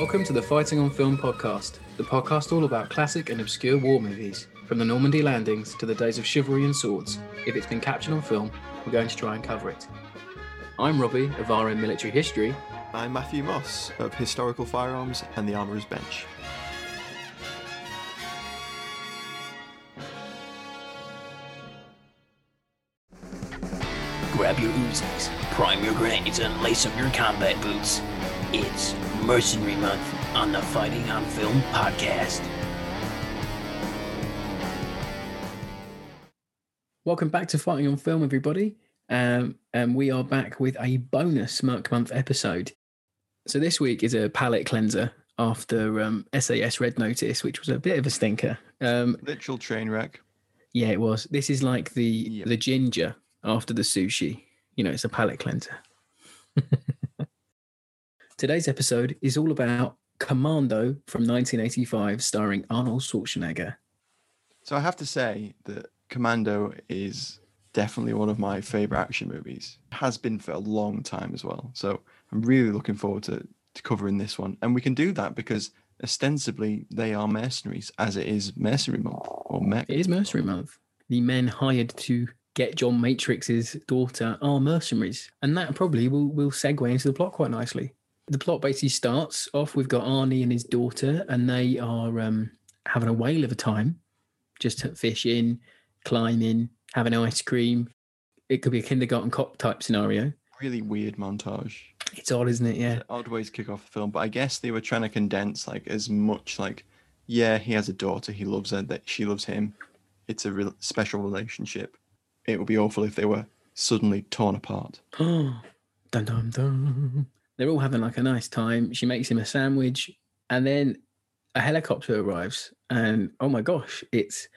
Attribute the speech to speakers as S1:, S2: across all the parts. S1: Welcome to the Fighting on Film podcast, the podcast all about classic and obscure war movies, from the Normandy landings to the days of chivalry and swords. If it's been captured on film, we're going to try and cover it. I'm Robbie of RM Military History,
S2: I'm Matthew Moss of Historical Firearms and the Armourer's Bench.
S3: Grab your Uzis, prime your grenades, and lace up your combat boots. It's Mercenary Month on the Fighting on Film podcast.
S1: Welcome back to Fighting on Film, everybody. Um, and we are back with a bonus Merc Month episode. So this week is a palate cleanser after um, SAS Red Notice, which was a bit of a stinker. Um,
S2: Literal train wreck.
S1: yeah, it was. This is like the
S2: Yep.
S1: the ginger after the sushi. You know, it's a palate cleanser. Today's episode is all about Commando from 1985, starring Arnold Schwarzenegger.
S2: So I have to say that Commando is definitely one of my favourite action movies. Has been for a long time as well. So I'm really looking forward to, to covering this one. And we can do that because ostensibly they are mercenaries, as it is Mercenary Month or Mech.
S1: It is Mercenary Month. The men hired to get John Matrix's daughter are mercenaries, and that probably will will segue into the plot quite nicely. The plot basically starts off. We've got Arnie and his daughter, and they are um, having a whale of a time, just fishing, climbing, having ice cream. It could be a kindergarten cop type scenario.
S2: Really weird montage.
S1: It's odd, isn't it? Yeah.
S2: odd ways to kick off the film, but I guess they were trying to condense like as much like, yeah, he has a daughter, he loves her, that she loves him. It's a real special relationship. It would be awful if they were suddenly torn apart.
S1: dun dun dun. They're all having like a nice time. She makes him a sandwich, and then a helicopter arrives, and oh my gosh, it's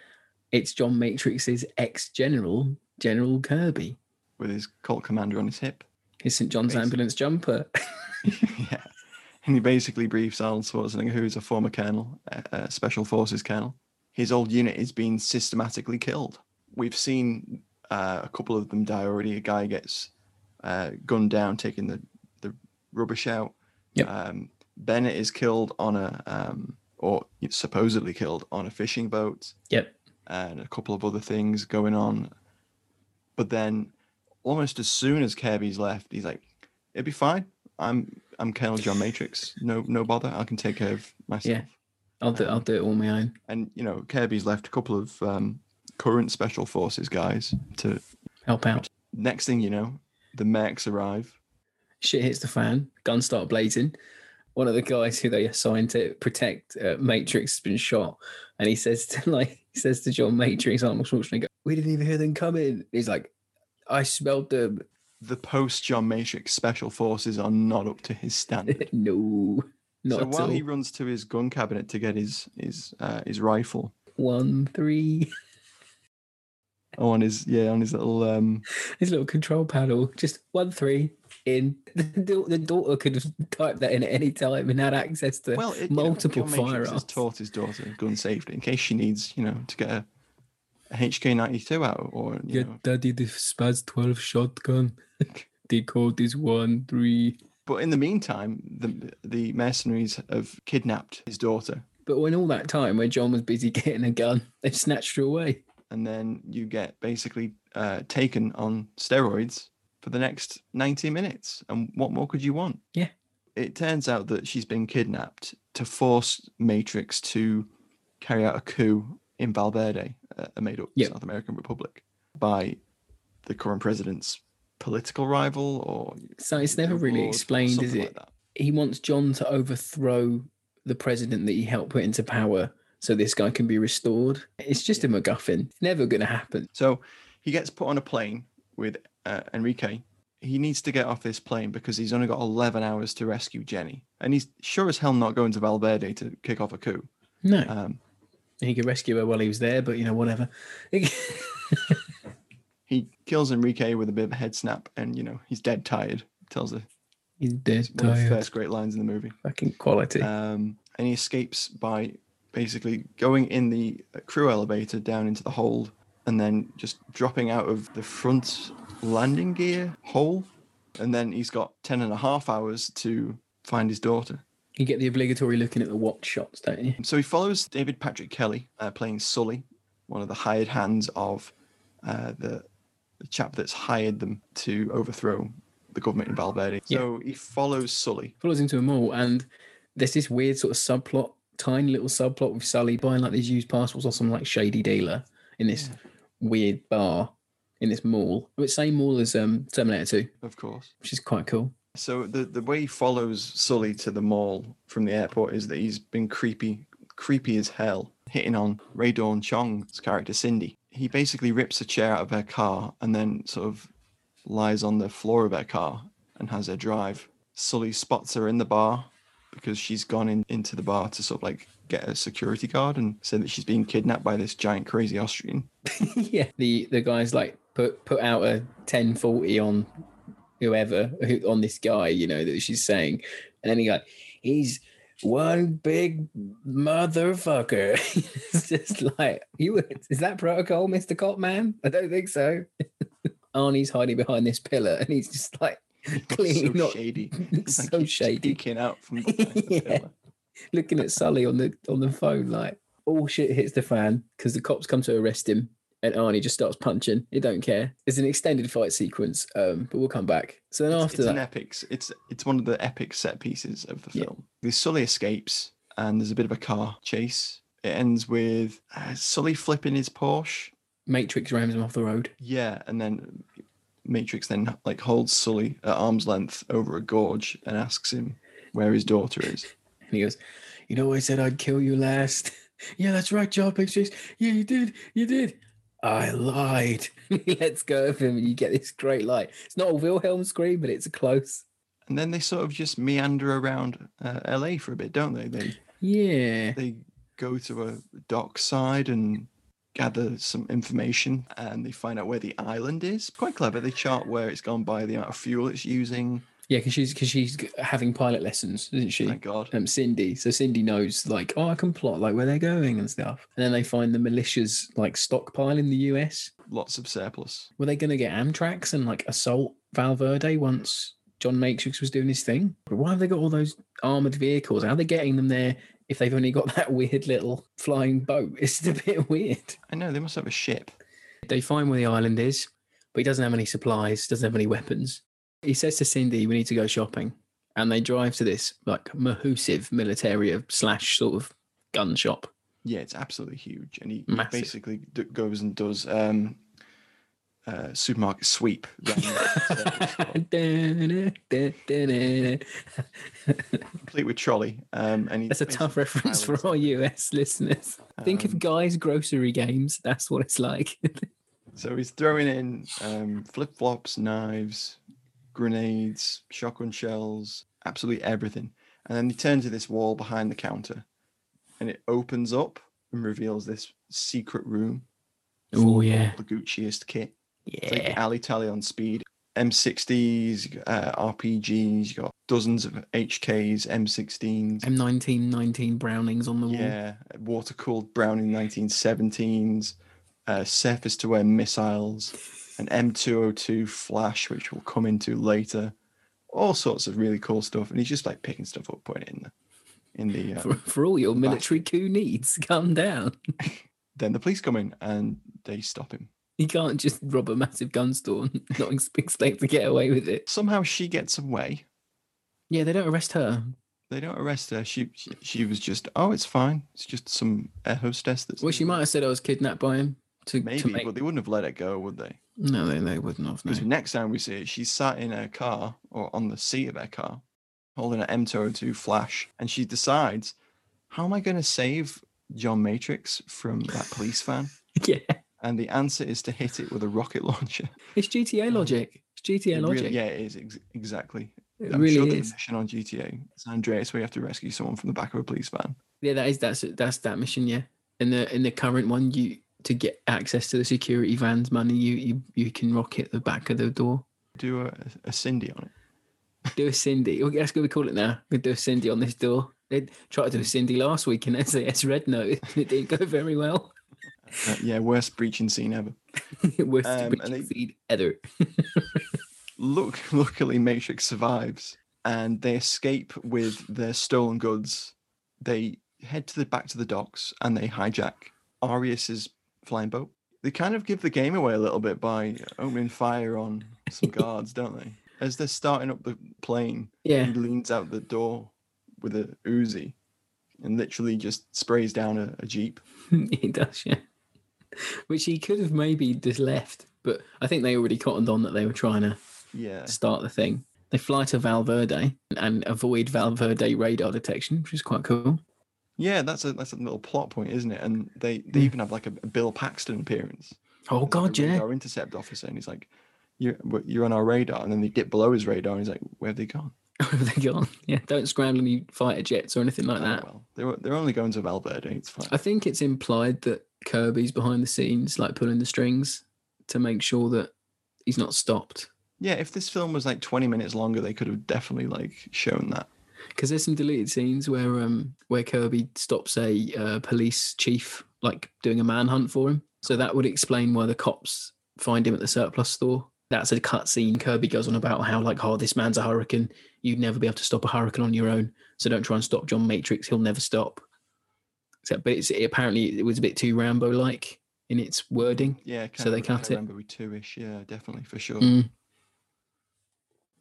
S1: it's John Matrix's ex general, General Kirby,
S2: With his Colt Commander on his hip.
S1: his St John's
S2: Amazing.
S1: ambulance jumper.
S2: yeah. And he basically briefs Arnold Schwarzenegger, who is a former colonel, a, a special forces colonel. His old unit is being systematically killed. We've seen uh, a couple of them die already. A guy gets uh, gunned down, taking the, the rubbish out.
S1: Yep.
S2: Um, Bennett is killed on a, um, or supposedly killed on a fishing boat
S1: yep.
S2: and a couple of other things going on. But then, almost as soon as Kirby's left, he's like, "It'll be fine. I'm I'm Colonel John Matrix. No no bother. I can take care of myself."
S1: Yeah. I'll do I'll do it all my own.
S2: And you know, Kirby's left a couple of um, current special forces guys. To
S1: Help out.
S2: next thing you know, the mechs arrive.
S1: Shit hits the fan. Guns start blazing. One of the guys who they assigned to protect uh, Matrix has been shot, and he says to like he says to John Matrix, Arnold Schwarzenegger, "We didn't even hear them coming." He's like, "I smelled them."
S2: The post John Matrix special forces are not up to his standard.
S1: no, not
S2: so
S1: at
S2: while
S1: all.
S2: he runs to his gun cabinet to get his his uh, his rifle,
S1: One three.
S2: Oh, on his yeah, on his little um,
S1: His little control panel, just one three in. The, da- the daughter could have typed that in at any time and had access to
S2: well, it,
S1: multiple
S2: you know, John Matrix
S1: firearms.
S2: has taught his daughter gun safety in case she needs, you know, to get a, a HK ninety two out or you
S1: Get
S2: know.
S1: daddy the spaz twelve shotgun. Decode is one three.
S2: But in the meantime, the the mercenaries have kidnapped his daughter,
S1: But when all that time where John was busy getting a gun, they snatched her away.
S2: and then you get basically uh, taken on steroids for the next ninety minutes. And what more could you want?
S1: Yeah.
S2: It turns out that she's been kidnapped to force Matrix to carry out a coup in Valverde, a- a made-up
S1: Yeah.
S2: South American republic, by the current president's political rival or
S1: So it's never
S2: your
S1: really
S2: ward or
S1: explained, is
S2: something
S1: it?
S2: like that.
S1: he wants John to overthrow the president that he helped put into power so this guy can be restored. It's just a MacGuffin. It's never going to happen.
S2: So he gets put on a plane with uh, Enrique. He needs to get off this plane because he's only got 11 hours to rescue Jenny. And he's sure as hell not going to Valverde to kick off a coup.
S1: No.
S2: Um,
S1: he could rescue her while he was there, but you know, whatever.
S2: he kills Enrique with a bit of a head snap and, you know, he's dead tired. Tells the
S1: He's dead
S2: one of the
S1: tired.
S2: first great lines in the movie.
S1: Fucking quality.
S2: Um, and he escapes by basically going in the crew elevator down into the hold and then just dropping out of the front landing gear hole. And then he's got 10 and a half hours to find his daughter.
S1: you get the obligatory looking at the watch shots, don't you?
S2: So he follows David Patrick Kelly uh, playing Sully, one of the hired hands of uh, the, the chap that's hired them to overthrow the government in Valverde. So he follows Sully.
S1: Follows him to a mall, and there's this weird sort of subplot, tiny little subplot with Sully buying like these used parcels or some like shady dealer in this weird bar in this mall. It's same mall as um, Terminator 2,
S2: Of course.
S1: which is quite cool.
S2: So the the way he follows Sully to the mall from the airport is that he's been creepy, creepy as hell, hitting on Ray Dawn Chong's character Cindy. He basically rips a chair out of her car and then sort of lies on the floor of her car and has her drive. Sully spots her in the bar because she's gone in, into the bar to sort of like get a security guard and say that she's being kidnapped by this giant crazy Austrian.
S1: yeah the the guys like put put out a 1040 on whoever who, on this guy you know that she's saying and then he got he's one big motherfucker it's just like you were- is that protocol mr cop man i don't think so arnie's hiding behind this pillar and he's just like clearly
S2: so
S1: not
S2: shady. Like,
S1: so
S2: he's
S1: shady
S2: Peeking out from behind the
S1: Yeah.
S2: pillar.
S1: looking at Sully on the on the phone, like all shit hits the fan because the cops come to arrest him, and Arnie just starts punching. He don't care. It's an extended fight sequence, um, but we'll come back. So then
S2: It's-
S1: after
S2: it's
S1: that,
S2: an epics. It's it's one of the epic set pieces of the
S1: Yeah.
S2: film. The Sully escapes, and there's a bit of a car chase. It ends with uh, Sully flipping his Porsche.
S1: Matrix rams him off the road.
S2: Yeah, and then Matrix then like holds Sully at arm's length over a gorge and asks him where his daughter is.
S1: And he goes, You know, I said I'd kill you last. yeah, that's right, John Pictures. Yeah, you did. You did. I lied. he lets go of him, and you get this great light. It's not a Wilhelm scream, but it's a close.
S2: And then they sort of just meander around uh, LA for a bit, don't they? They
S1: Yeah.
S2: they go to a dockside and gather some information and they find out where the island is. Quite clever. They chart where it's gone by, the amount of fuel it's using.
S1: Yeah, because she's because she's g- having pilot lessons, isn't she?
S2: Thank God.
S1: um, Cindy. So Cindy knows like, oh, I can plot like where they're going and stuff. And then they find the militias like stockpile in the US.
S2: Lots of surplus.
S1: Were they going to get Amtrak's and like assault Valverde once John Matrix was doing his thing? But why have they got all those armored vehicles? How are they getting them there if they've only got that weird little flying boat? It's a bit weird.
S2: I know they must have a ship.
S1: They find where the island is, but he doesn't have any supplies, doesn't have any weapons. He says to Cindy, "We need to go shopping," and they drive to this like mahoosive militaria slash sort of gun shop.
S2: Yeah, it's absolutely huge. And he
S1: Massive.
S2: basically d- goes and does um, uh, supermarket sweep. uh, round the circle,
S1: That's
S2: complete with trolley. Um, and he
S1: a
S2: basically
S1: tough reference for
S2: pilots-
S1: all US listeners. Think of
S2: Um,
S1: guys' grocery games. That's what it's like.
S2: So he's throwing in um, flip flops, knives, grenades, shotgun shells, absolutely everything. And then he turns to this wall behind the counter and it opens up and reveals this secret room
S1: Oh,
S2: full
S1: yeah.
S2: the Gucciest kit. It's like
S1: Yeah.
S2: the alley tally on speed. M60s, you got, uh, RPGs, you got dozens of HKs, M16s,
S1: M1919 Brownings on the wall.
S2: yeah, water cooled Browning 1917s, uh, surface to air missiles, an M202 flash, which we'll come into later. All sorts of really cool stuff. And he's just like picking stuff up, putting it in the, in the uh,
S1: For, for all your
S2: Back.
S1: military coup needs, calm down.
S2: then the police come in and they stop him.
S1: You can't just rob a massive gun store and not ex- expect to get away with it.
S2: Somehow she gets away.
S1: Yeah, they don't arrest her.
S2: They don't arrest her. She she, she was just, oh, it's fine. It's just some air hostess that's.
S1: Well, she might have said I was kidnapped by him. To, to
S2: Maybe,
S1: make-
S2: but they wouldn't have let her go, would they?
S1: No, they, they wouldn't have.
S2: Because
S1: No.
S2: next time we see it, she's sat in her car or on the seat of her car holding an M202 flash and she decides, how am I going to save John Matrix from that police van?
S1: Yeah.
S2: And the answer is to hit it with a rocket launcher.
S1: It's GTA logic. It's
S2: Um, It
S1: GTA
S2: really-
S1: logic.
S2: yeah, it is. Ex- exactly.
S1: It
S2: I'm
S1: really
S2: sure
S1: is.
S2: the mission on GTA San Andreas where you have to rescue someone from the back of a police van.
S1: Yeah, that is that's that's that mission. Yeah, in the in the current one, you to get access to the security van's money, you you you can rocket the back of the door.
S2: Do a, a Cindy on it.
S1: Do a Cindy. Okay, that's what we call it now. We do a Cindy on this door. They tried to
S2: Hmm.
S1: do a Cindy last week in SAS Red Note, and it didn't go very well.
S2: Uh, yeah, worst breaching scene ever.
S1: Worst
S2: Um,
S1: um,
S2: and they-
S1: ever.
S2: Look, luckily Matrix survives, and they escape with their stolen goods. They head to the back to the docks and they hijack Arius's flying boat. They kind of give the game away a little bit by opening fire on some guards, don't they? As they're starting up the plane,
S1: Yeah,
S2: he leans out the door with a Uzi and literally just sprays down a, a jeep.
S1: he does. Yeah, which he could have maybe just left, but I think they already cottoned on that they were trying to
S2: Yeah,
S1: start the thing. They fly to Valverde and avoid Valverde radar detection, which is quite cool.
S2: yeah, that's a that's a little plot point, isn't it? And they they even have like a, a Bill Paxton appearance.
S1: Oh
S2: There's, like,
S1: god,
S2: a
S1: yeah.
S2: radar intercept officer, and he's like, "You're w- you're on our radar," and then they dip below his radar, and he's like, "Where have they gone?"
S1: They're gone. Yeah, don't scramble any fighter jets or anything like
S2: Oh,
S1: that.
S2: well, they're they're only going to Valverde. It's fine.
S1: I think it's implied that Kirby's behind the scenes, like pulling the strings to make sure that he's not stopped.
S2: yeah, if this film was like 20 minutes longer, they could have definitely like shown that.
S1: Because there's some deleted scenes where um where Kirby stops a uh, police chief like doing a manhunt for him. So that would explain why the cops find him at the surplus store. That's a cut scene. Kirby goes on about how like, oh, this man's a hurricane. You'd never be able to stop a hurricane on your own. So don't try and stop John Matrix. He'll never stop. So, but it's, it, apparently it was a bit too Rambo like in its wording.
S2: Yeah,
S1: So they cut it.
S2: Remember, we two-ish. Yeah, definitely for sure.
S1: Mm.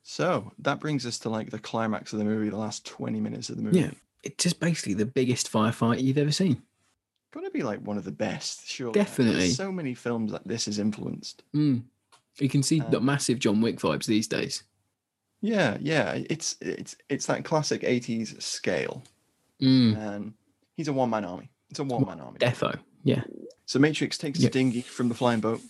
S2: So that brings us to like the climax of the movie, the last 20 minutes of the movie.
S1: Yeah, it's just basically the biggest firefight you've ever seen.
S2: Gotta be like one of the best, sure.
S1: Definitely.
S2: so many films that this is influenced.
S1: Mm. You can see the
S2: Um,
S1: massive John Wick vibes these days.
S2: Yeah, yeah. It's it's it's that classic 80s scale.
S1: Mm.
S2: And he's a one man army. It's a one man army.
S1: Defo. Yeah.
S2: So Matrix takes
S1: Yeah.
S2: his dinghy from the flying boat,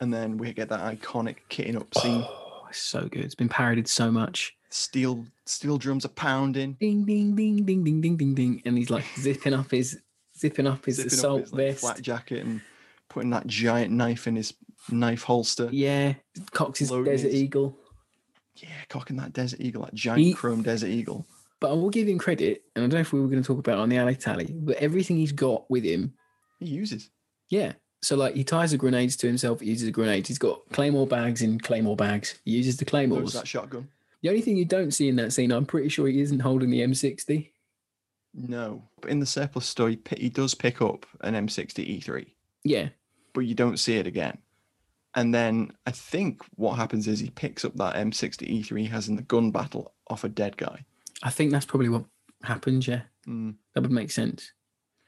S2: and then we get that iconic kitting up scene.
S1: Oh, it's so good. It's been parodied so much.
S2: Steel steel drums are pounding.
S1: Ding ding ding ding ding ding ding ding. And he's like zipping up his zipping up his
S2: zipping up
S1: assault
S2: his, like,
S1: vest.
S2: flat jacket and putting that giant knife in his knife holster.
S1: yeah. Cox is
S2: Loading
S1: Desert
S2: his-
S1: Eagle.
S2: Yeah, cocking that desert eagle, that giant
S1: He-
S2: chrome desert eagle.
S1: But I will give him credit, and I don't know if we were going to talk about it on the alley tally, but everything he's got with him,
S2: He uses.
S1: yeah. So like he ties the grenades to himself, he uses a grenade. He's got claymore bags in claymore bags. He uses the
S2: Loads
S1: claymores.
S2: that shotgun.
S1: The only thing you don't see in that scene, I'm pretty sure he isn't holding the M60.
S2: No, but in the surplus store, he, pi- he does pick up an E M60 E3,
S1: Yeah.
S2: but you don't see it again. And then I think what happens is he picks up that M60 E3 he has in the gun battle off a dead guy.
S1: I think that's probably what happened, yeah.
S2: Mm.
S1: That would make sense.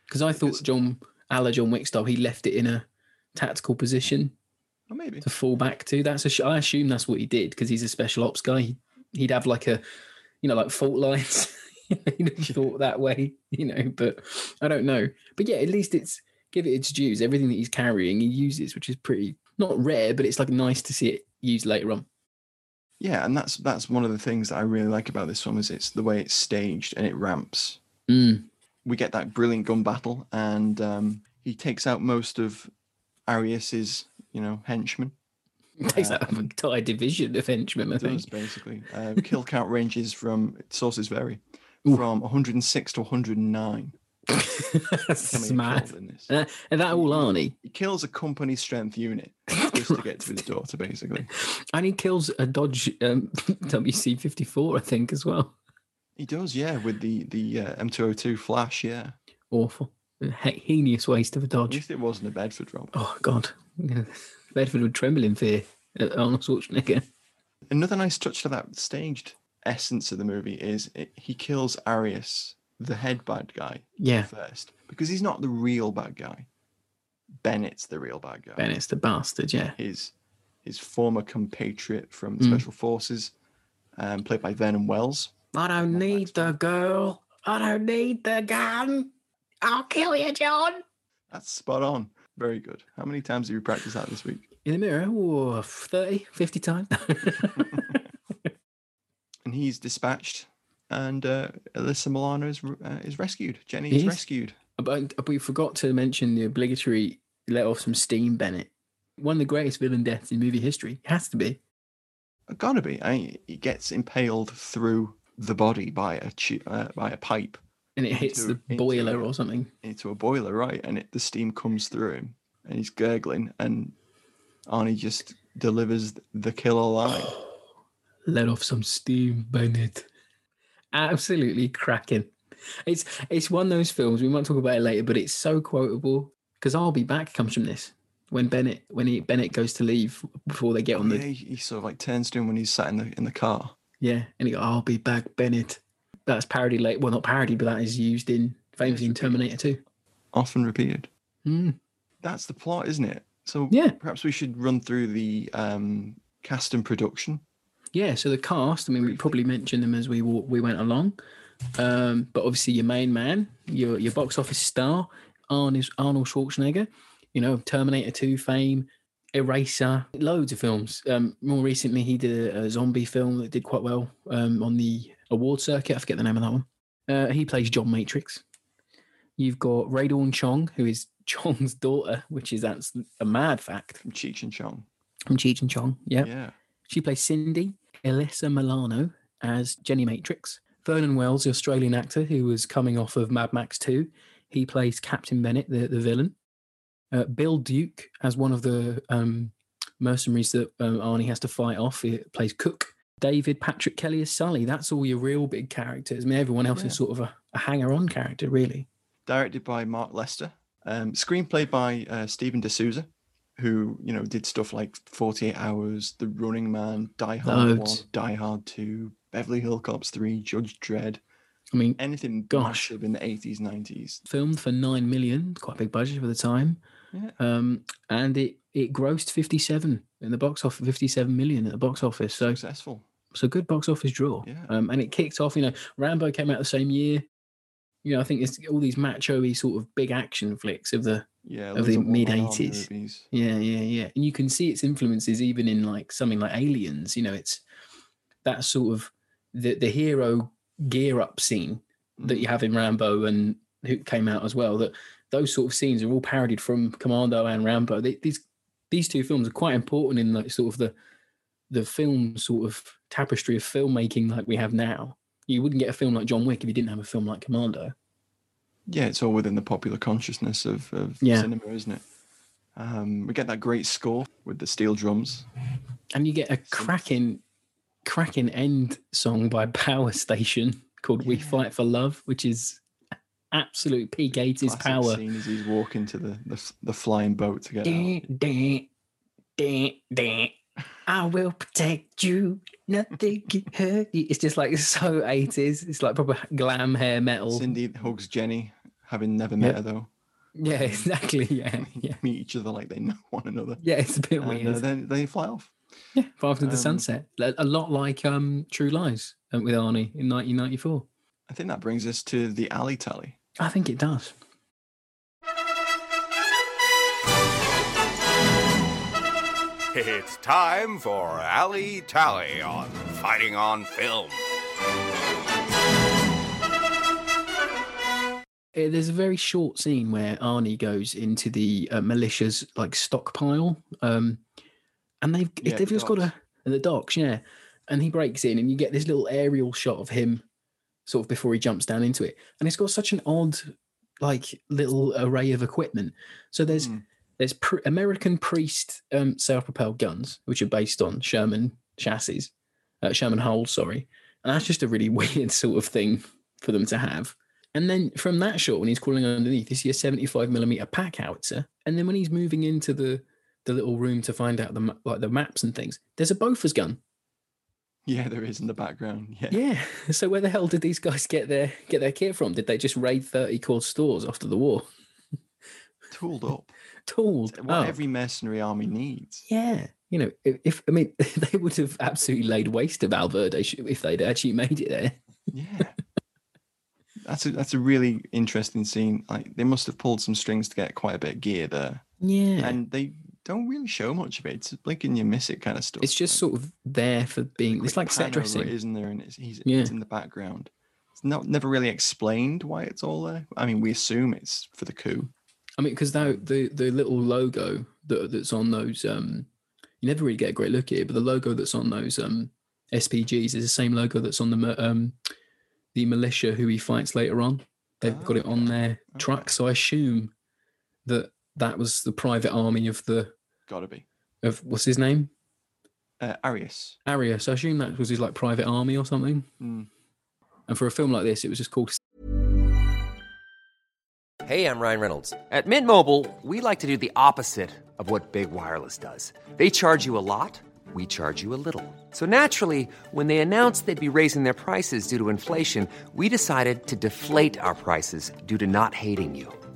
S1: Because I thought
S2: It's-
S1: John, Alla John Wick style, he left it in a tactical position
S2: Or maybe.
S1: to fall back to. That's a, sh- I assume that's what he did because he's a special ops guy. He, he'd have like a, you know, like fault lines. He'd have thought that way, you know. But I don't know. But yeah, at least it's give it its dues. Everything that he's carrying, he uses, which is pretty not rare, but it's like nice to see it used later on.
S2: Yeah, and that's that's one of the things that I really like about this film is it's the way it's staged and it ramps.
S1: Mm.
S2: We get that brilliant gun battle, and um, he takes out most of Arius's, you know, henchman.
S1: takes up an entire division of henchmen, I
S2: It does
S1: think.
S2: basically. Uh, kill count ranges from sources vary from 106 to 109. How many
S1: That's
S2: he
S1: mad.
S2: killed in this.
S1: Uh, and that all Arnie.
S2: He kills a company strength unit just to get to his daughter, basically.
S1: And he kills a Dodge um, WC 54, I think, as well.
S2: He does, yeah, with the the uh, M202 flash, yeah.
S1: Awful. A he- heinous waste of a
S2: At
S1: Dodge.
S2: least it wasn't a Bedford Rob.
S1: Oh, God. Yeah. Bedford would tremble in fear at uh, Arnold Schwarzenegger.
S2: Another nice touch to that staged essence of the movie is it, he kills Arius, the head bad guy,
S1: Yeah.
S2: first because he's not the real bad guy. Bennett's the real bad guy.
S1: Bennett's the bastard, yeah.
S2: his his former compatriot from the
S1: Mm.
S2: Special Forces, um, played by Vernon Wells.
S1: I don't need the girl. I don't need the gun. I'll kill you, John.
S2: That's spot on. Very good. How many times have you practiced that this week?
S1: In the mirror, oh, 30, 50 times.
S2: And he's dispatched, and uh, Alyssa Milano is re- uh, is rescued. Jenny
S1: He
S2: is
S1: is?
S2: rescued.
S1: but we forgot to mention the obligatory let off some steam Bennett. One of the greatest villain deaths in movie history. Has to be.
S2: Gotta be. I, he gets impaled through the body by a chi- uh, by a pipe
S1: And it hits
S2: Into-
S1: the
S2: into
S1: boiler
S2: a-
S1: or something.
S2: into a boiler, right? And it, the steam comes through him, and he's gurgling, and Arnie just delivers the killer line.
S1: let off some steam, Bennett. Absolutely cracking. It's it's one of those films. We might talk about it later, but it's so quotable because "I'll Be Back" comes from this. When Bennett when he Bennett goes to leave before they get on
S2: yeah,
S1: Oh, the
S2: he, he sort of like turns to him when he's sat in the in the car.
S1: yeah, and he go "I'll be back, Bennett." That's parody late. Well, not parody, but that is used in famously in Terminator Two.
S2: often repeated.
S1: Hmm.
S2: That's the plot, isn't it? So
S1: Yeah.
S2: perhaps we should run through the um, cast and production.
S1: Yeah, so the cast, I mean, we probably mentioned them as we wa- we went along. Um, but obviously your main man, your your box office star, Arnold Arnold Schwarzenegger, you know, Terminator 2 fame, Eraser, loads of films. Um, more recently he did a, a zombie film that did quite well um, on the award circuit. I forget the name of that one. Uh, he plays John Matrix. You've got Radon Chong, who is Chong's daughter, which is that's a mad fact
S2: from Cheech and Chong.
S1: from Cheech and Chong. Yeah.
S2: Yeah.
S1: She plays Cindy, Alyssa Milano as Jenny Matrix. Vernon Wells, the Australian actor who was coming off of Mad Max 2, he plays Captain Bennett, the, the villain. Uh, Bill Duke, as one of the um, mercenaries that um, Arnie has to fight off, he plays Cook. David Patrick Kelly as Sully. That's all your real big characters. I mean, everyone else
S2: Yeah.
S1: is sort of a, a hanger on character, really.
S2: Directed by Mark Lester. Um, screenplay by uh, Stephen D'Souza, who you know did stuff like Forty Eight Hours, The Running Man, Die Hard
S1: Loads.
S2: One, Die Hard Two, Beverly Hill Cops Three, Judge Dredd,
S1: I mean,
S2: anything
S1: Gosh.
S2: massive in the eighties, nineties.
S1: filmed for 9 million, quite a big budget for the time.
S2: Yeah.
S1: um, and it it grossed 57 in the box office 57 million at the box office so
S2: Successful.
S1: so good box office draw
S2: Yeah.
S1: um, and it kicked off you know rambo came out the same year you know i think it's all these macho-y sort of big action flicks of the
S2: Yeah.
S1: Of
S2: loads
S1: the
S2: war
S1: mid-eighties.
S2: movies.
S1: yeah yeah yeah and you can see its influences even in like something like aliens you know it's that sort of the, the hero gear up scene that you have in Rambo and who came out as well. That those sort of scenes are all parodied from Commando and Rambo. They, these these two films are quite important in like sort of the the film sort of tapestry of filmmaking like we have now. You wouldn't get a film like John Wick if you didn't have a film like Commando.
S2: yeah, it's all within the popular consciousness of, of
S1: Yeah.
S2: cinema, isn't it? Um, we get that great score with the steel drums.
S1: And you get a cracking cracking end song by Power Station called We Fight for Love, which is absolute peak 80s
S2: Classic
S1: power.
S2: Scene as he's walking to the, the, f- the flying boat to get out.
S1: I will protect you. Nothing can hurt you. It's just like it's so 80s. It's like proper glam hair metal.
S2: Cindy hugs Jenny, having never met
S1: Yep.
S2: her though.
S1: Yeah, exactly. Yeah, yeah.
S2: Meet each other like they know one another.
S1: Yeah, it's a bit
S2: And uh,
S1: weird.
S2: then they fly off.
S1: yeah, Far After the
S2: um,
S1: Sunset. A a lot like um, True Lies um, with Arnie in 1994.
S2: I think that brings us to the alley tally.
S1: I think it does.
S4: It's time for Alley Tally on Fighting on Film.
S1: eh, there's a very short scene where Arnie goes into the uh, militia's like stockpile, um, and they've
S2: Yeah,
S1: they've
S2: the
S1: just got a
S2: docks.
S1: and the docks, yeah, and he breaks in, and you get this little aerial shot of him, sort of before he jumps down into it, and it's got such an odd, like little array of equipment. So there's
S2: Mm.
S1: there's pr- American Priest um, self-propelled guns, which are based on Sherman chassis, uh, Sherman hulls, sorry, and that's just a really weird sort of thing for them to have. And then from that shot, when he's crawling underneath, you see a 75 millimeter pack howitzer. And then when he's moving into the the little room to find out the ma- like the maps and things, there's a Bofors gun.
S2: Yeah, there is in the background. Yeah.
S1: Yeah. So where the hell did these guys get their get their kit from? Did they just raid 30 core stores after the war?
S2: Tooled up.
S1: Tooled
S2: It's What
S1: up.
S2: every mercenary army needs.
S1: Yeah. You know, if, if I mean, they would have absolutely laid waste to Valverde sh- if they'd actually made it there.
S2: Yeah. that's a that's a really interesting scene. Like they must have pulled some strings to get quite a bit of gear there.
S1: Yeah.
S2: And they don't really show much of it. It's blink and you miss it kind of stuff.
S1: it's just sort of there for being, it's like set dressing.
S2: is isn't there? And it's he's
S1: Yeah.
S2: it's in the background. It's not never really explained why it's all there. I mean, we assume it's for the coup.
S1: I mean, because the the little logo that that's on those, um, you never really get a great look at it, but the logo that's on those um, SPGs is the same logo that's on the mi- um, the militia who he fights later on. They've got it on their truck, so I assume that that was the private army of the
S2: Gotta be.
S1: of what's his name
S2: Uh, Arius.
S1: Arius. So I assume that was his like private army or something.
S2: Mm.
S1: And for a film like this, it was just called
S5: Hey, I'm Ryan Reynolds. At Mint Mobile, we like to do the opposite of what Big Wireless does. They charge you a lot, we charge you a little. So naturally, when they announced they'd be raising their prices due to inflation, we decided to deflate our prices due to not hating you.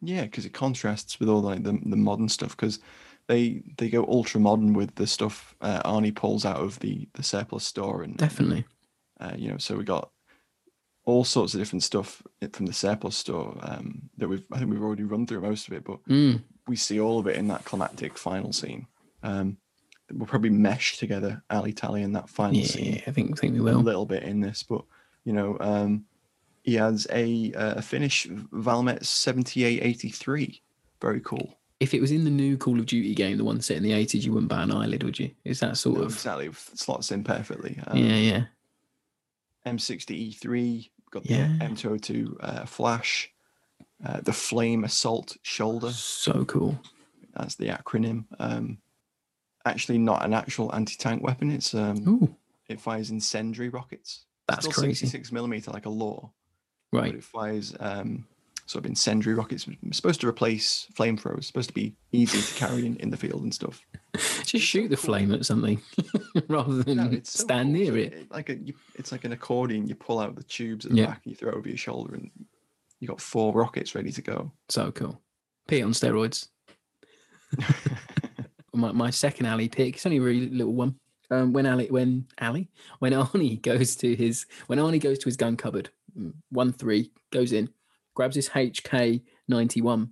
S2: Yeah, because it contrasts with all like the the modern stuff. Because they they go ultra modern with the stuff uh, Arnie pulls out of the the surplus store and
S1: Definitely.
S2: uh, you know so we got all sorts of different stuff i- from the surplus store um, that we've I think we've already run through most of it, but
S1: Mm.
S2: we see all of it in that climactic final scene. Um, we'll probably mesh together Ali Tally in that final scene
S1: Yeah, I think think we
S2: a
S1: will.
S2: little bit in this, but you know um, he has a uh, a finish Valmet seventy eight eighty three, very cool.
S1: if it was in the new Call of Duty game, the one set in the eighties, you wouldn't bat an eyelid, would you? Is that sort
S2: No,
S1: of
S2: exactly f- slots in perfectly. Um,
S1: yeah, yeah,
S2: M60E3, E got the
S1: Yeah.
S2: M202 uh, flash, uh, the flame assault shoulder.
S1: so cool.
S2: That's the acronym. Um, actually, not an actual anti-tank weapon. It's um,
S1: Ooh,
S2: it fires incendiary rockets.
S1: That's
S2: Still
S1: crazy.
S2: 66 millimeter, like a law. But
S1: right.
S2: it fires um, sort of incendiary rockets. It's supposed to replace flamethrowers. Supposed to be easy to carry in, in the field and stuff.
S1: Just shoot the flame at something rather than
S2: No, it's so
S1: stand
S2: cool.
S1: near
S2: So eh,
S1: it.
S2: Like a, you, it's like an accordion. You pull out the tubes at the
S1: Yeah.
S2: back and you throw over your shoulder, and you got four rockets ready to go.
S1: So cool. Pete on steroids. my, my second alley pick. It's only a really little one. Um, when Ali, when Ali, when Arnie goes to his, when Arnie goes to his gun cupboard, mm, one three goes in, grabs his HK ninety one,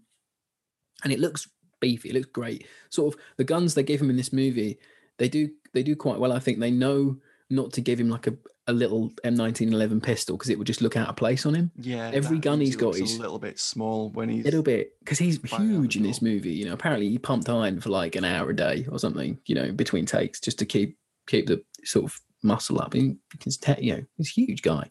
S1: and it looks beefy. It looks great. Sort of the guns they give him in this movie, they do they do quite well. I think they know not to give him like a a little M nineteen eleven pistol because it would just look out of place on him.
S2: Yeah,
S1: Every
S2: that
S1: gun he's
S2: means he
S1: got
S2: looks
S1: is-
S2: a little bit small when he's
S1: little bit because he's
S2: Fire out
S1: huge
S2: the
S1: in this
S2: door.
S1: movie. You know, apparently he pumped iron for like an hour a day or something. You know, between takes just to keep keep the sort of muscle up. And you can tell, you know, he's a huge guy.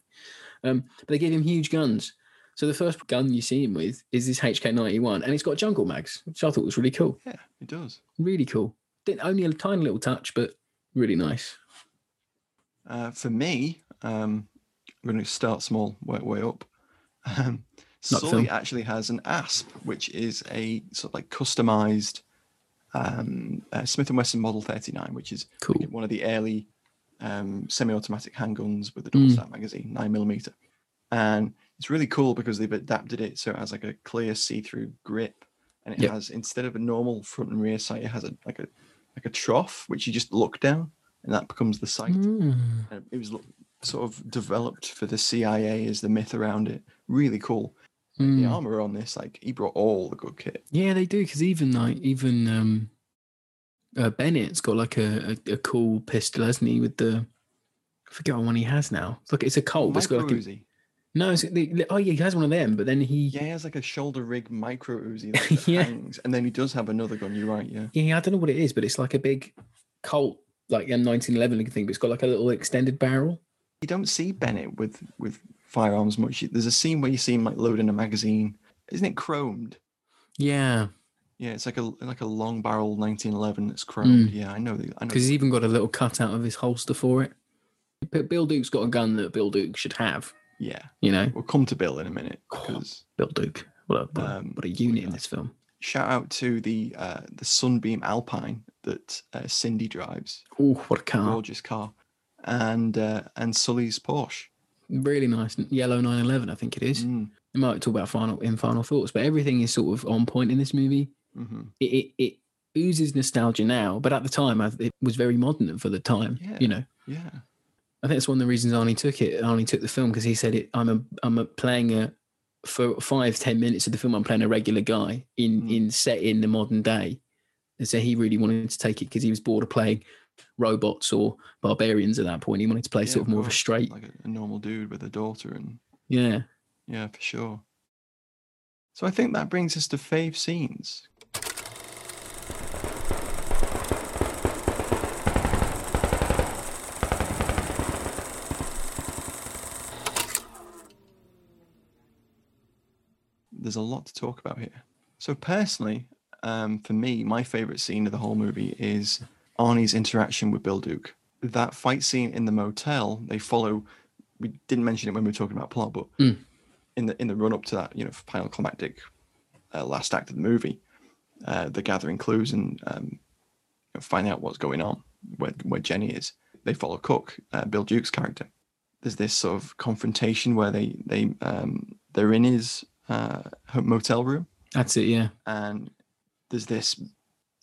S1: Um, but they gave him huge guns. So the first gun you see him with is this HK ninety one, and it's got jungle mags, which I thought was really cool.
S2: Yeah, it does.
S1: Really cool. Didn't only a tiny little touch, but really nice.
S2: Uh, for me, Um, I'm going to start small, work way up. Um,
S1: Not
S2: Sully
S1: film.
S2: actually has an ASP, which is a sort of like customized um, uh, Smith and Wesson Model 39, which is
S1: cool.
S2: one of the early um, semi-automatic handguns with the double
S1: Mm.
S2: stack magazine, nine millimeter, and it's really cool because they've adapted it so it has like a clear see-through grip, and it
S1: Yep.
S2: has instead of a normal front and rear sight, it has a like a like a trough which you just look down, and that becomes the sight.
S1: Mm.
S2: And it was lo- sort of developed for the CIA is the myth around it. Really cool. And The
S1: Mm.
S2: armor on this, like he brought all the good kit.
S1: Yeah, they do because even like even um, uh, Bennett's got like a, a, a cool pistol, hasn't he? With the I forget what one he has now. Look, it's a Colt. but It's got
S2: Micro
S1: like a,
S2: Uzi.
S1: no, it's, the, oh yeah, he has one of them. But then he
S2: Yeah, he has like a shoulder rig micro Uzi like, that
S1: Yeah.
S2: hangs, and then he does have another gun. You're right, yeah.
S1: yeah, I don't know what it is, but it's like a big Colt like M1911 looking thing, but it's got like a little extended barrel.
S2: You don't see Bennett with with firearms much. There's a scene where you see him like loading a magazine. Isn't it chromed?
S1: Yeah,
S2: Yeah, it's like a like a long barrel 1911 that's chromed.
S1: Mm.
S2: Yeah, I know. The, I know.
S1: because he's even got a little cutout of his holster for it. But Bill Duke's got a gun that Bill Duke should have.
S2: yeah,
S1: You know,
S2: we'll come to Bill in a minute because
S1: Bill Duke. What a, what a,
S2: Um,
S1: what a unit in this film.
S2: shout out to the uh, the Sunbeam Alpine that uh, Cindy drives.
S1: Oh, what a car!
S2: Gorgeous car, and uh, and Sully's Porsche.
S1: Really nice n- yellow 911, I think it is.
S2: Mm,
S1: We might talk about final in final thoughts, but everything is sort of on point in this movie.
S2: hmm
S1: It it, it oozes nostalgia now, but at the time, I, it was very modern for the time.
S2: Yeah.
S1: You know,
S2: Yeah.
S1: I think that's one of the reasons Arnie took it. Arnie took the film because he said it. I'm a I'm a playing a for five ten minutes of the film. I'm playing a regular guy in
S2: Mm.
S1: in set in the modern day, and so he really wanted to take it because he was bored of playing robots or barbarians at that point. He wanted to play
S2: Yeah,
S1: sort of more of a
S2: course.
S1: straight.
S2: like a, a normal dude with a daughter and
S1: Yeah.
S2: yeah for sure so i think that brings us to fave scenes there's a lot to talk about here so personally um, for me my favorite scene of the whole movie is arnie's interaction with bill duke that fight scene in the motel they follow we didn't mention it when we were talking about plot but
S1: Mm.
S2: in the in the run up to that, you know, final climactic uh, last act of the movie, uh, they're gathering clues and um, you know, finding out what's going on, where where Jenny is. They follow Cook, uh, Bill Duke's character. There's this sort of confrontation where they they um, they're in his uh, ho- motel room,
S1: That's it. Yeah.
S2: and there's this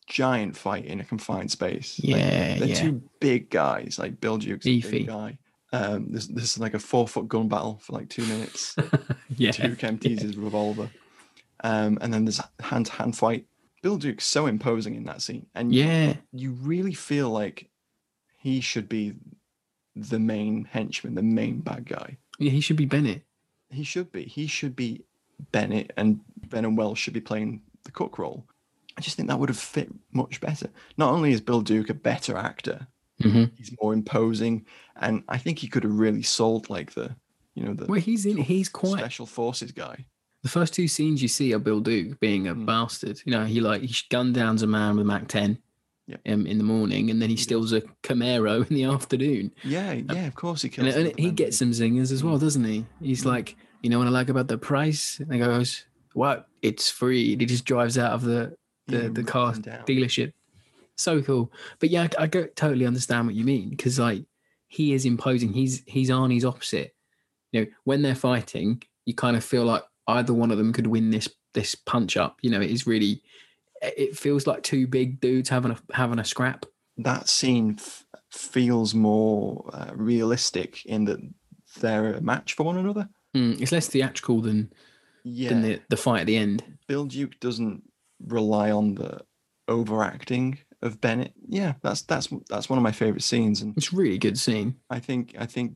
S2: giant fight in a confined space. Like,
S1: Yeah.
S2: they're
S1: yeah.
S2: two big guys, like Bill Duke's a
S1: Beefy.
S2: big guy. Um, there's this is like a four foot gun battle for like two minutes.
S1: yeah.
S2: Duke empties his revolver. Um, and then there's a hand to hand fight. Bill Duke's so imposing in that scene. And you-
S1: Yeah.
S2: you really feel like he should be the main henchman, the main bad guy.
S1: Yeah. He should be Bennett.
S2: He should be. He should be Bennett, and Ben and Wells should be playing the cook role. I just think that would have fit much better. Not only is Bill Duke a better actor,
S1: hmm
S2: he's more imposing, and I think he could have really sold like the, you know, the
S1: Well, he's in. He's quite
S2: special forces guy.
S1: The first two scenes you see are Bill Duke being a
S2: Mm.
S1: bastard. You know, he like he gunned down a man with a Mac Ten
S2: Yeah.
S1: um, in the morning, and then he steals a Camaro in the afternoon.
S2: Yeah, yeah, of course he
S1: And,
S2: kills.
S1: and
S2: another
S1: he
S2: member.
S1: gets some zingers as well, doesn't he?
S2: Hmm.
S1: He's like, you know what I like about the price? And he goes, "What? It's free." And he just drives out of the the,
S2: Yeah,
S1: the
S2: rips
S1: car
S2: them down.
S1: dealership. So cool. But yeah, I, I go, totally understand what you mean because like he is imposing. He's he's Arnie's opposite. You know, when they're fighting, you kind of feel like either one of them could win this this punch up. You know, it is really. It feels like two big dudes having a having a scrap.
S2: that scene f- feels more uh, realistic in that they're a match for one another.
S1: Mm, it's less theatrical than
S2: Yeah,
S1: than the, the fight at the end.
S2: Bill Duke doesn't rely on the overacting of Bennett. Yeah, that's that's that's one of my favorite scenes, and
S1: It's a really good scene.
S2: I think I think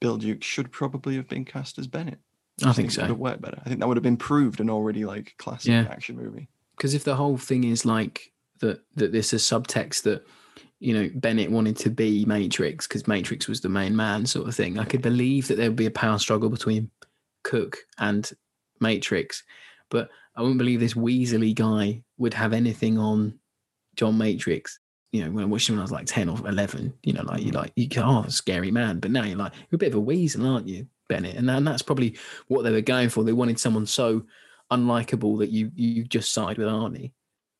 S2: Bill Duke should probably have been cast as Bennett.
S1: I
S2: just
S1: think
S2: it
S1: so.
S2: Would have worked better. I think that would have improved an already like classic
S1: Yeah.
S2: action movie.
S1: because if the whole thing is like that that this is subtext that you know bennett wanted to be matrix because matrix was the main man sort of thing i could believe that there would be a power struggle between cook and matrix but i wouldn't believe this weaselly guy would have anything on john matrix you know, when I watched him when I was like 10 or 11, you know, like you're like, you go, oh, scary man. But now you're like, you're a bit of a weasel, aren't you, Bennett? And, and that's probably what they were going for. They wanted someone so unlikable that you you just side with Arnie.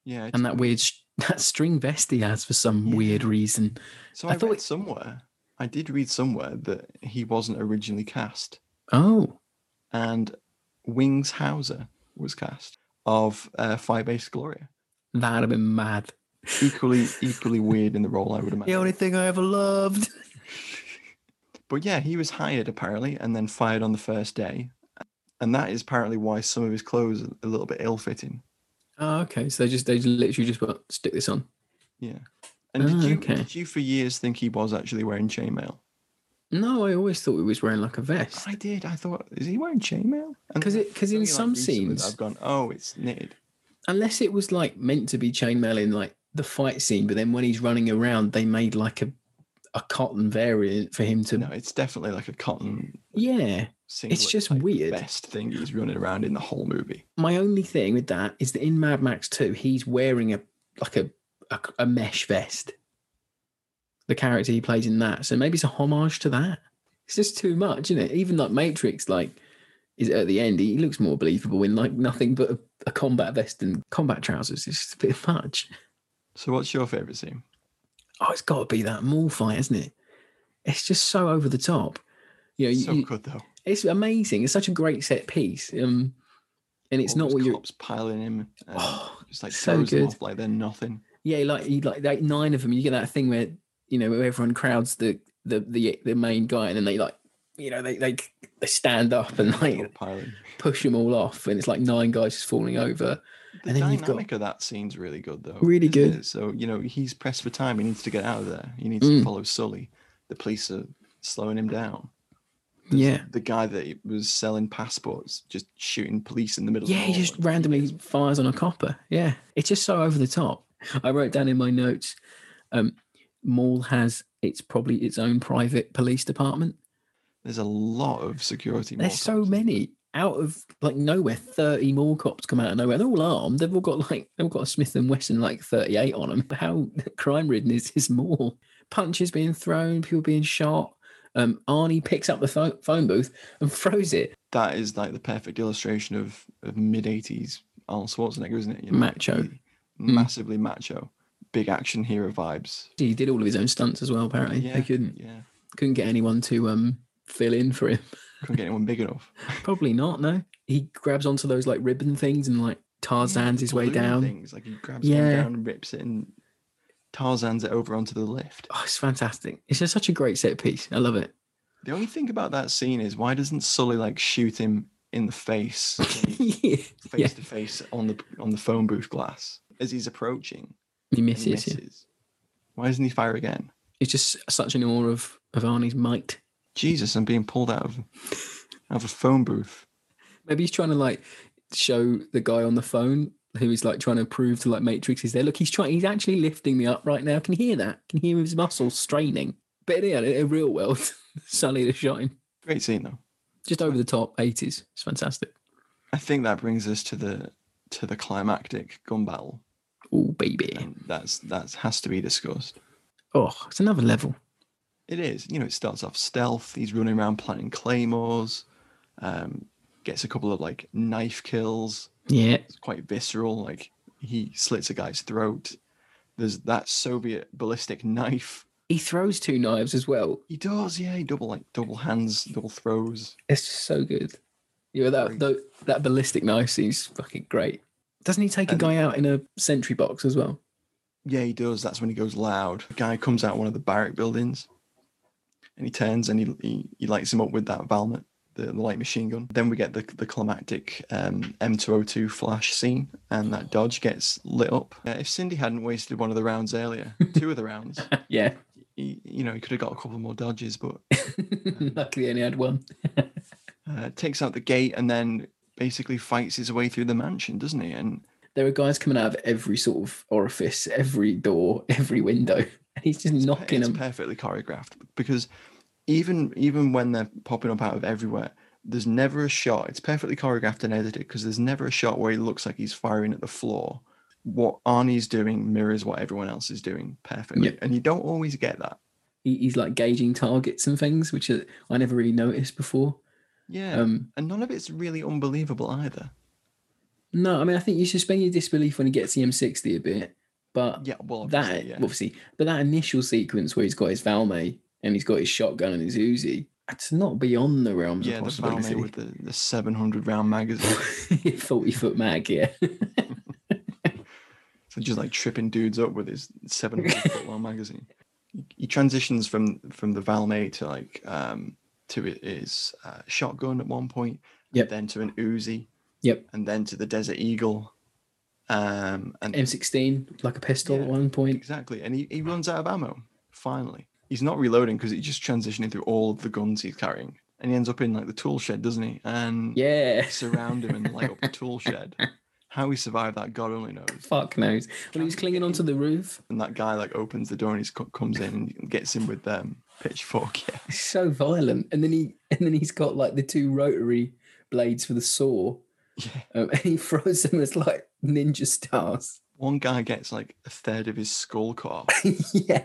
S2: Yeah. it's-
S1: And that weird, sh- that string vest he has for some weird reason.
S2: So I, thought read somewhere, I did read somewhere that he wasn't originally cast,
S1: Oh,
S2: and Wings Hauser was cast of uh, Firebase Gloria.
S1: that'd have been mad.
S2: Equally, equally weird in the role, I would imagine.
S1: The only thing I ever loved.
S2: But yeah, he was hired apparently, and then fired on the first day, and that is apparently why some of his clothes are a little bit ill-fitting.
S1: Oh, okay. So they just, they literally just went, stick this on.
S2: Yeah. And
S1: Ah,
S2: did you
S1: okay.
S2: did you for years think he was actually wearing chainmail?
S1: No, I always thought he was wearing like a vest.
S2: I did. I thought, is he wearing chainmail? And
S1: Because it, because in
S2: it's
S1: some
S2: only, like, recently that
S1: scenes,
S2: I've gone, oh, it's knitted.
S1: unless it was like meant to be chainmail in like the fight scene, but then when he's running around, they made like a a cotton variant for him to.
S2: No, it's definitely like a cotton
S1: yeah,
S2: singlet.
S1: it's just
S2: like,
S1: weird.
S2: Best thing he's running around in the whole movie.
S1: My only thing with that is that in Mad Max Two, he's wearing a like a a, a mesh vest. The character he plays in that, so maybe it's a homage to that. It's just too much, isn't it? Even like Matrix, like is at the end, he looks more believable in like nothing but a, a combat vest and combat trousers. It's just a bit much.
S2: So, what's your favorite scene?
S1: oh, it's got to be that mall fight, isn't it? It's just so over the top. You know, you-
S2: so
S1: you-
S2: good though.
S1: it's amazing. It's such a great set piece. Um, and it's
S2: All
S1: not
S2: those
S1: what you're. Oh,
S2: cops piling him. And just like
S1: so
S2: throws them
S1: good.
S2: off like they're nothing.
S1: Yeah, like you like like nine of them. You get that thing where you know where everyone crowds the the the, the main guy, and then they like you know they they they stand up and like
S2: Piling.
S1: push them all off, and it's like nine guys just falling over.
S2: The
S1: and then you've got
S2: dynamic of that scene's really good though.
S1: Really
S2: isn't
S1: good.
S2: it? So you know he's pressed for time. He needs to get out of there. He needs
S1: Mm.
S2: to follow Sully. The police are slowing him down.
S1: yeah
S2: The guy that was selling passports just shooting police in the middle.
S1: Yeah,
S2: of the
S1: he
S2: hall.
S1: just randomly fires on a copper. Yeah, it's just so over the top. I wrote down in my notes, um, Mall has it's probably its own private police department.
S2: There's a lot of security. more
S1: There's so many out of like nowhere. Thirty mall cops come out of nowhere. They're all armed. They've all got like they've all got a Smith and Wesson like 38 on them. How crime ridden is this mall? Punches being thrown, people being shot. Um, Arnie picks up the pho- phone booth and throws it.
S2: that is like the perfect illustration of, of mid 80s Arnold Schwarzenegger, isn't it? You
S1: Macho. Mm.
S2: he- Massively macho. Big action hero vibes.
S1: He did all of his own stunts as well. Apparently,
S2: Yeah,
S1: they couldn't.
S2: Yeah.
S1: couldn't get anyone to um fill in for him.
S2: Couldn't get anyone big enough.
S1: Probably not. No, he grabs onto those like ribbon things and like Tarzan's his way
S2: Balloon
S1: down.
S2: Things. Like he grabs one
S1: Yeah.
S2: down and rips it and Tarzan's it over onto the lift.
S1: Oh, it's fantastic. It's just such a great set piece. I love it.
S2: The only thing about that scene is why doesn't Sully like shoot him in the face when he's
S1: yeah.
S2: face to face on the on the phone booth glass as he's approaching?
S1: He
S2: and he
S1: misses. yeah.
S2: misses. Why doesn't he fire again?
S1: It's just such an awe of of Arnie's might.
S2: Jesus, I'm being pulled out of out of a phone booth.
S1: Maybe he's trying to like show the guy on the phone who is like trying to prove to like Matrix is there. Look, he's trying. He's actually lifting me up right now. Can you hear that? Can you hear his muscles straining? But yeah, in a real world, Sully to shine.
S2: Great scene though.
S1: Just over the top. Eighties. It's fantastic.
S2: I think that brings us to the to the climactic gun battle.
S1: Oh baby.
S2: And that's that has to be discussed.
S1: Oh, it's another level.
S2: It is. You know, it starts off stealth. He's running around planting claymores. Um, gets a couple of like knife kills.
S1: Yeah.
S2: It's quite visceral. Like he slits a guy's throat. There's that Soviet ballistic knife.
S1: He throws two knives as well.
S2: He does, yeah. He double like double hands, double throws.
S1: It's just so good. Yeah, that that, that ballistic knife seems fucking great. Doesn't he take a
S2: And-
S1: guy out in a sentry box as well?
S2: Yeah, he does. That's when he goes loud. The guy comes out one of the barrack buildings and he turns and he, he, he lights him up with that Valmet, the, the light machine gun. Then we get the, the climactic um, M202 flash scene and that Dodge gets lit up. Uh, if Cindy hadn't wasted one of the rounds earlier, two of the rounds,
S1: Yeah.
S2: he, you know, he could have got a couple more Dodges, but
S1: Luckily, he only had one.
S2: uh, takes out the gate and then basically fights his way through the mansion, doesn't he? And
S1: There are guys coming out of every sort of orifice, every door, every window, and he's just knocking
S2: it's
S1: them.
S2: perfectly choreographed because even even when they're popping up out of everywhere there's never a shot it's perfectly choreographed and edited because there's never a shot where he looks like he's firing at the floor what Arnie's doing mirrors what everyone else is doing perfectly.
S1: Yeah.
S2: And you don't always get that.
S1: He, he's like gauging targets and things, which are, I never really noticed before.
S2: Yeah.
S1: Um,
S2: and none of it's really unbelievable either.
S1: No, I mean I think you suspend your disbelief when he gets the M60 a bit, but
S2: yeah, well,
S1: that obviously, but that initial sequence where he's got his Valme and he's got his shotgun and his Uzi, it's not beyond the realms
S2: Yeah,
S1: of
S2: the Valme
S1: possibility.
S2: with the, the 700 round magazine.
S1: Forty foot mag, yeah.
S2: So just like tripping dudes up with his 700 foot long magazine. He transitions from from the Valme to like um to his uh, shotgun at one point,
S1: yep.
S2: then to an Uzi,
S1: Yep.
S2: and then to the Desert Eagle, um, and
S1: M16 like a pistol at one point.
S2: Exactly, and he, he runs out of ammo. Finally, he's not reloading because he's just transitioning through all of the guns he's carrying, and he ends up in like the tool shed, doesn't he? And
S1: yeah,
S2: surround him and light up the tool shed. How he survived that, God only knows.
S1: Fuck knows. Well, he was clinging onto the roof.
S2: And that guy like opens the door and he comes in and gets him with um, pitchfork. Yeah,
S1: It's so violent, and then he and then he's got like the two rotary blades for the saw, um, and he throws them as like ninja stars.
S2: one guy gets like a third of his skull cut off.
S1: yeah.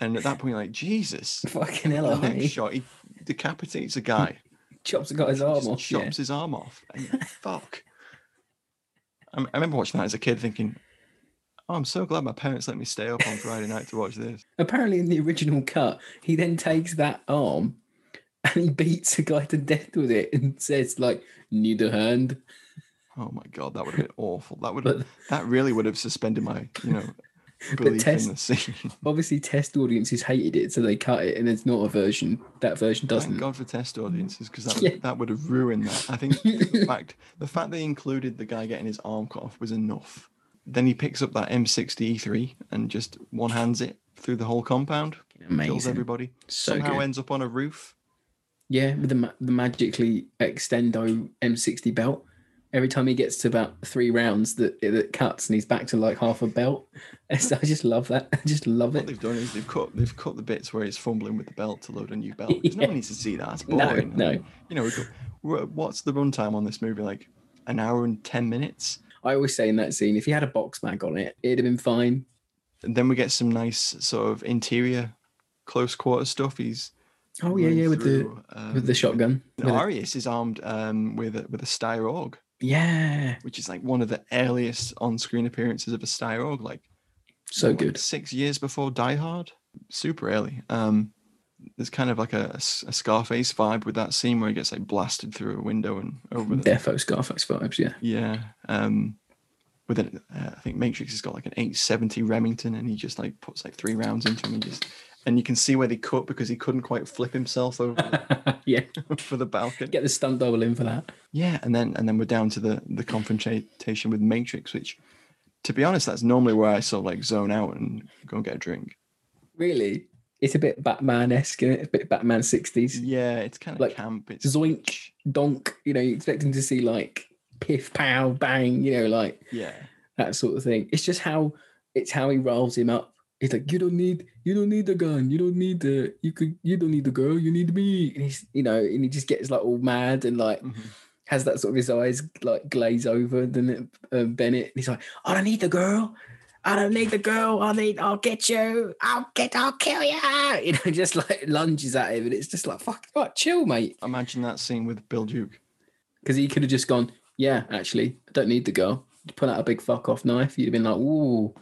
S2: And at that point, you're like Jesus,
S1: Fucking hell,
S2: The next
S1: Arnie.
S2: shot, he decapitates a guy,
S1: Chops got his arm
S2: just
S1: off.
S2: chops
S1: yeah.
S2: his arm off. And you're like, fuck. I, I remember watching that as a kid, thinking, "Oh, I'm so glad my parents let me stay up on Friday night to watch this."
S1: Apparently, in the original cut, he then takes that arm and he beats a guy to death with it and says, like, need a hand.
S2: Oh my god, that would have been awful. That would that really would have suspended my, you know, belief
S1: test-
S2: in the scene.
S1: Obviously, test audiences hated it, so they cut it, and it's not a version. That version doesn't.
S2: Thank God for test audiences because that,
S1: Yeah.
S2: that would have ruined that. I think the fact the fact they included the guy getting his arm cut off was enough. Then he picks up that M63 and just one hands it through the whole compound, kills
S1: Amazing.
S2: everybody.
S1: So
S2: Somehow
S1: good.
S2: ends up on a roof.
S1: Yeah, with the, ma- the magically extendo M60 belt. Every time he gets to about three rounds, that it cuts and he's back to like half a belt. So I just love that. I just love
S2: What
S1: it.
S2: they've done is they've cut they've cut the bits where he's fumbling with the belt to load a new belt. 'cause No one needs to see that. It's
S1: No,
S2: boring.
S1: no.
S2: You know, we've got, we're- what's the runtime on this movie? Like an hour and ten minutes.
S1: I always say in that scene, if he had a box mag on it, it'd have been fine.
S2: And then we get some nice sort of interior close quarter stuff. He's
S1: Oh yeah,
S2: running
S1: yeah, with
S2: through,
S1: the with the
S2: um,
S1: shotgun.
S2: No,
S1: With a-
S2: Arius is armed um, with a, with a Styrog,
S1: yeah,
S2: which is like one of the earliest on-screen appearances of a Styrog, like
S1: so
S2: what,
S1: good.
S2: six years before Die Hard, super early. Um, there's kind of like a, a s- a Scarface vibe with that scene where he gets like blasted through a window and over the
S1: Defo Scarface vibes. Yeah,
S2: yeah. Um, with an, uh, I think Matrix has got like an 870 Remington, and he just like puts like three rounds into him, and just and you can see where they cut because he couldn't quite flip himself over the-
S1: yeah
S2: for the balcony.
S1: get the stunt double in for that.
S2: Yeah, and then and then we're down to the the confrontation with Matrix, which, to be honest, that's normally where I sort of like zone out and go and get a drink.
S1: Really, it's a bit Batman esque, a bit Batman sixties.
S2: Yeah, it's kind of
S1: Like,
S2: camp. It's
S1: Zoink, donk. You know, you expect him to see like piff, pow, bang. You know, like
S2: yeah,
S1: that sort of thing. It's just how it's how he riles him up. He's like, you don't need, you don't need the gun, you don't need the, you could, you don't need the girl, you need me. And he's, you know, and he just gets like all mad and like has that sort of his eyes like glaze over. Then uh, Bennett, and he's like, I don't need the girl, I don't need the girl, I need, I'll get you, I'll get, I'll kill you. You know, just like lunges at him, and it's just like, fuck, right, chill, mate,
S2: imagine that scene with Bill Duke.
S1: because he could have just gone, yeah, actually, I don't need the girl. Pull out a big fuck off knife, you'd have been like, ooh,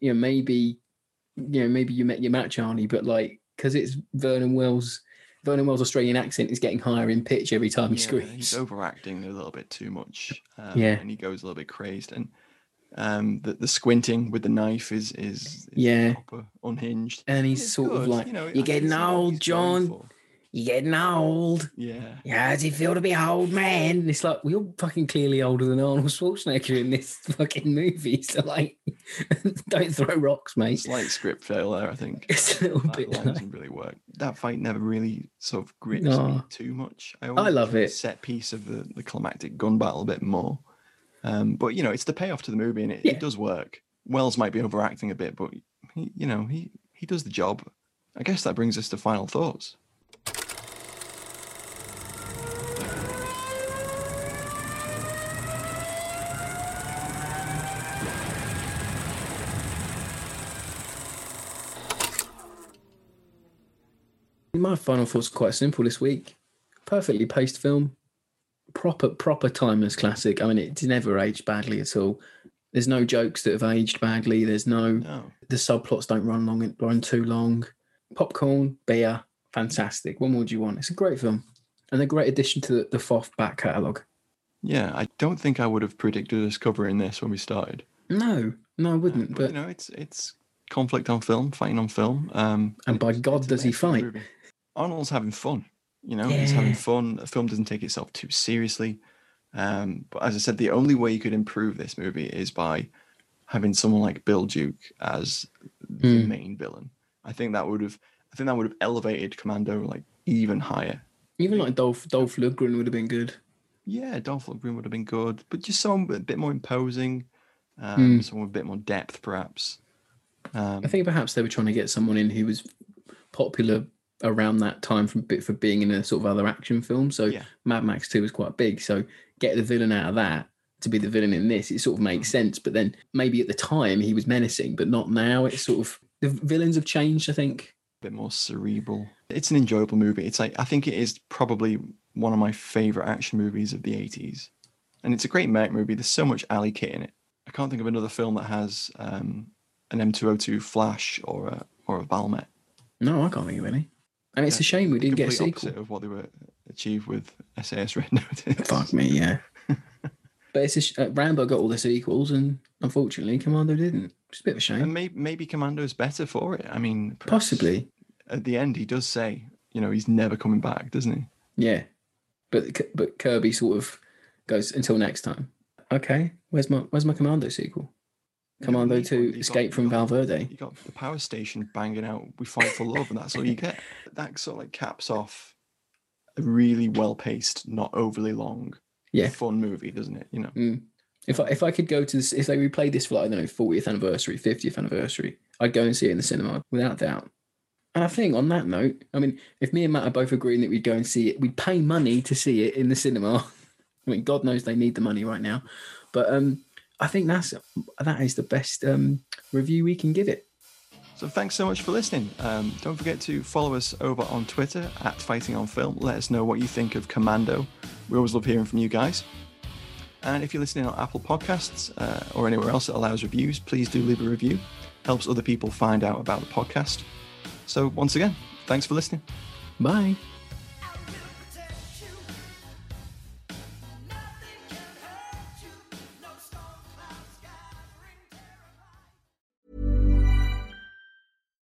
S1: you know, maybe, you know, maybe you met your match, Arnie, but like, because it's Vernon Wells, Vernon Wells' Australian accent is getting higher in pitch every time he
S2: Yeah,
S1: screams.
S2: He's overacting a little bit too much. Um,
S1: Yeah.
S2: and he goes a little bit crazed, and um, the the squinting with the knife is is, is
S1: Yeah.
S2: proper unhinged.
S1: And he's
S2: It's
S1: sort
S2: good,
S1: of like,
S2: you know, I
S1: you're
S2: think
S1: getting
S2: it's not what
S1: old,
S2: he's going
S1: John.
S2: for.
S1: You're getting old.
S2: Yeah,
S1: How does it feel to be an old man? And It's like, well, you're fucking clearly older than Arnold Schwarzenegger in this fucking movie. So, like, don't throw rocks, mate.
S2: slight script fail there, I think.
S1: It's a little
S2: That
S1: bit
S2: line
S1: like-
S2: doesn't really work. That fight never really sort of grips me
S1: No.
S2: too much. I,
S1: love
S2: enjoy the
S1: it.
S2: set piece of the, the climactic gun battle a bit more. Um, but you know, it's the payoff to the movie, and it,
S1: Yeah.
S2: it does work. Wells might be overacting a bit, but he, you know, he he does the job. I guess that brings us to final thoughts.
S1: My final thoughts are quite simple this week. Perfectly paced film. Proper, proper timeless classic. I mean, it's never aged badly at all. There's no jokes that have aged badly. There's no, the subplots don't run long, run too long. Popcorn, beer, fantastic. What more do you want? It's a great film and a great addition to the, the Foth back catalogue.
S2: Yeah, I don't think I would have predicted us covering this when we started. Um,
S1: No, no, I wouldn't. but
S2: you know, it's it's conflict on film, fighting on film. Um,
S1: and by God, does he fight?
S2: Arnold's having fun. You know, he's having
S1: Yeah.
S2: fun. The film doesn't take itself too seriously. Um, but as I said, the only way you could improve this movie is by having someone like Bill Duke as the
S1: Hmm.
S2: main villain. I think that would have, I think that would have elevated Commando like even higher.
S1: Even like Dolph Dolph Lundgren would have been good.
S2: Yeah, Dolph Lundgren would have been good, but just someone a bit more imposing, um,
S1: Hmm.
S2: someone with a bit more depth, perhaps. Um,
S1: I think perhaps they were trying to get someone in who was popular around that time from for being in a sort of other action film. So Mad Max Two was quite big. So get the villain out of that to be the villain in this. It sort of makes sense. But then maybe at the time he was menacing, but not now. It's sort of the villains have changed. I think.
S2: bit more cerebral. It's an enjoyable movie. It's like I think it is probably one of my favorite action movies of the 80s. And it's a great Mac movie. There's so much Alley Kit in it. I can't think of another film that has um, an M202 Flash or a or a Valmet.
S1: No, I can't think of any. And it's a shame we didn't get a
S2: Complete
S1: sequel.
S2: opposite of what they were achieved with SAS Red Notice.
S1: Fuck me, yeah. But it's a sh- uh, Rambo got all the sequels, and unfortunately, Commando didn't. It's a bit of a shame.
S2: And maybe maybe Commando's better for it. I mean, perhaps
S1: Possibly,
S2: At the end, he does say, you know, he's never coming back, doesn't he?
S1: yeah. But K- but Kirby sort of goes until next time. Okay, where's my where's my Commando sequel? Commando Two: Escape from Valverde.
S2: you got the power station banging out we fight for love and that's all you get that sort of like caps off a really well paced not overly long
S1: Yeah.
S2: fun movie doesn't it you know
S1: Mm. If I if I could go to this, if they replayed this for like I don't know, fortieth anniversary, fiftieth anniversary, I'd go and see it in the cinema without doubt. And I think on that note, I mean, if me and Matt are both agreeing that we'd go and see it, we'd pay money to see it in the cinema. I mean, God knows they need the money right now, but um, I think that's that is the best um review we can give it.
S2: so thanks so much for listening um, don't forget to follow us over on twitter at fighting on film let us know what you think of commando we always love hearing from you guys and if you're listening on apple podcasts uh, or anywhere else that allows reviews please do leave a review helps other people find out about the podcast so once again thanks for listening
S1: bye